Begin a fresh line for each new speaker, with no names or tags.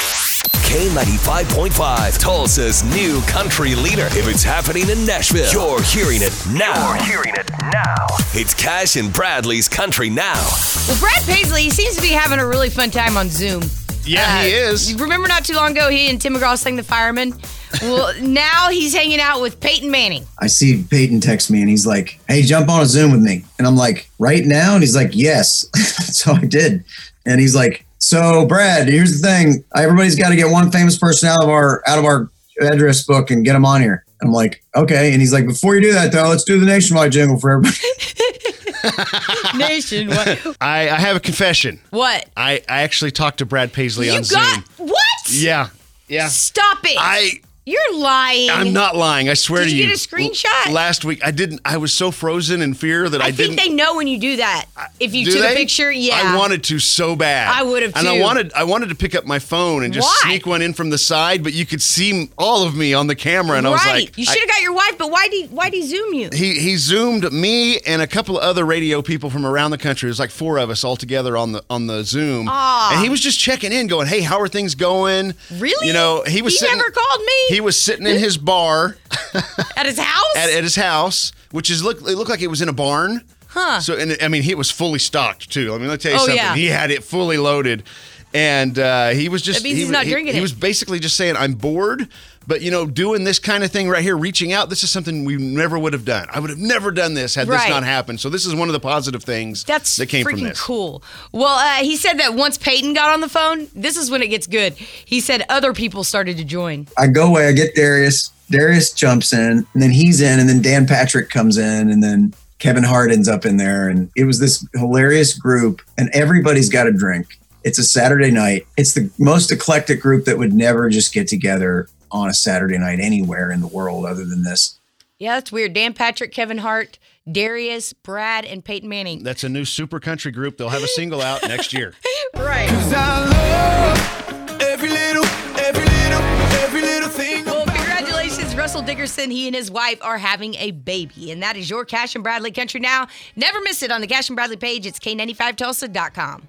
K95.5, Tulsa's new country leader. If it's happening in Nashville, you're hearing it now. You're hearing it now. It's Cash and Bradley's Country Now.
Well, Brad Paisley seems to be having a really fun time on Zoom. Uh,
Yeah, he is.
You remember not too long ago, he and Tim McGraw sang The Fireman? Well, now he's hanging out with Peyton Manning.
I see Peyton text me and he's like, Hey, jump on a Zoom with me. And I'm like, Right now? And he's like, Yes. so I did. And he's like, So, Brad, here's the thing. Everybody's got to get one famous person out of our out of our address book and get them on here. And I'm like, Okay. And he's like, Before you do that though, let's do the nationwide jingle for everybody.
Nation, what?
I, I have a confession.
what?
I, I actually talked to Brad Paisley
You
on
got
Zoom.
what?
Yeah. Yeah.
Stop it!
I
You're lying.
I'm not lying. I swear
Did
to
you
you.
get a screenshot?
L- last week I didn't I was so frozen in fear that I,
I,
didn't
think they know when you do that. If you
Do
took a
they?
picture, yeah.
I wanted to so bad.
I would have
And I
too.
wanted I wanted to pick up my phone and just
Why?
sneak one in from the side, but you could see m- all of me on the camera and I was
right.
like
you
I-
should have got your wife, but why did why did he zoom you?
he he zoomed me and a couple of other radio people from around the country. It was like four of us all together on the on the Zoom,
Aw.
and he was just checking in, going, "Hey, how are things going?"
Ah. Really?
You know, he was
He
sitting,
never called me.
He was sitting in his bar
At his house?
at, at his house, which is look it looked like it was in a barn. Huh. So and I mean, he was fully stocked too. I mean, let me tell you
Oh,
something.
yeah.
He had it fully loaded. And uh, he was just
That means
he,
he's
was-
not
he-
drinking
he
it.
was basically just saying, I'm bored, but you know, doing this kind of thing right here, reaching out, this is something we never would have done. I would have never done this had
Right.
this not happened. So this is one of the positive things
That's
that came
freaking
from this.
cool. Well, uh, he said that once Peyton got on the phone, this is when it gets good. He said other people started to join.
I go away, I get Darius. Darius jumps in, and then he's in, and then Dan Patrick comes in, and then Kevin Hart ends up in there. And it was this hilarious group, and everybody's got a drink. It's a Saturday night. It's the most eclectic group that would never just get together on a Saturday night anywhere in the world other than this.
Yeah, that's weird. Dan Patrick, Kevin Hart, Darius, Brad, and Peyton Manning.
That's a new super country group. They'll have a single out next year.
Right.
Every little, every little, every little thing.
Well, congratulations, Russell Dickerson. He and his wife are having a baby. And that is your Cash and Bradley Country Now. Never miss it on the Cash and Bradley page. It's K95Tulsa.com.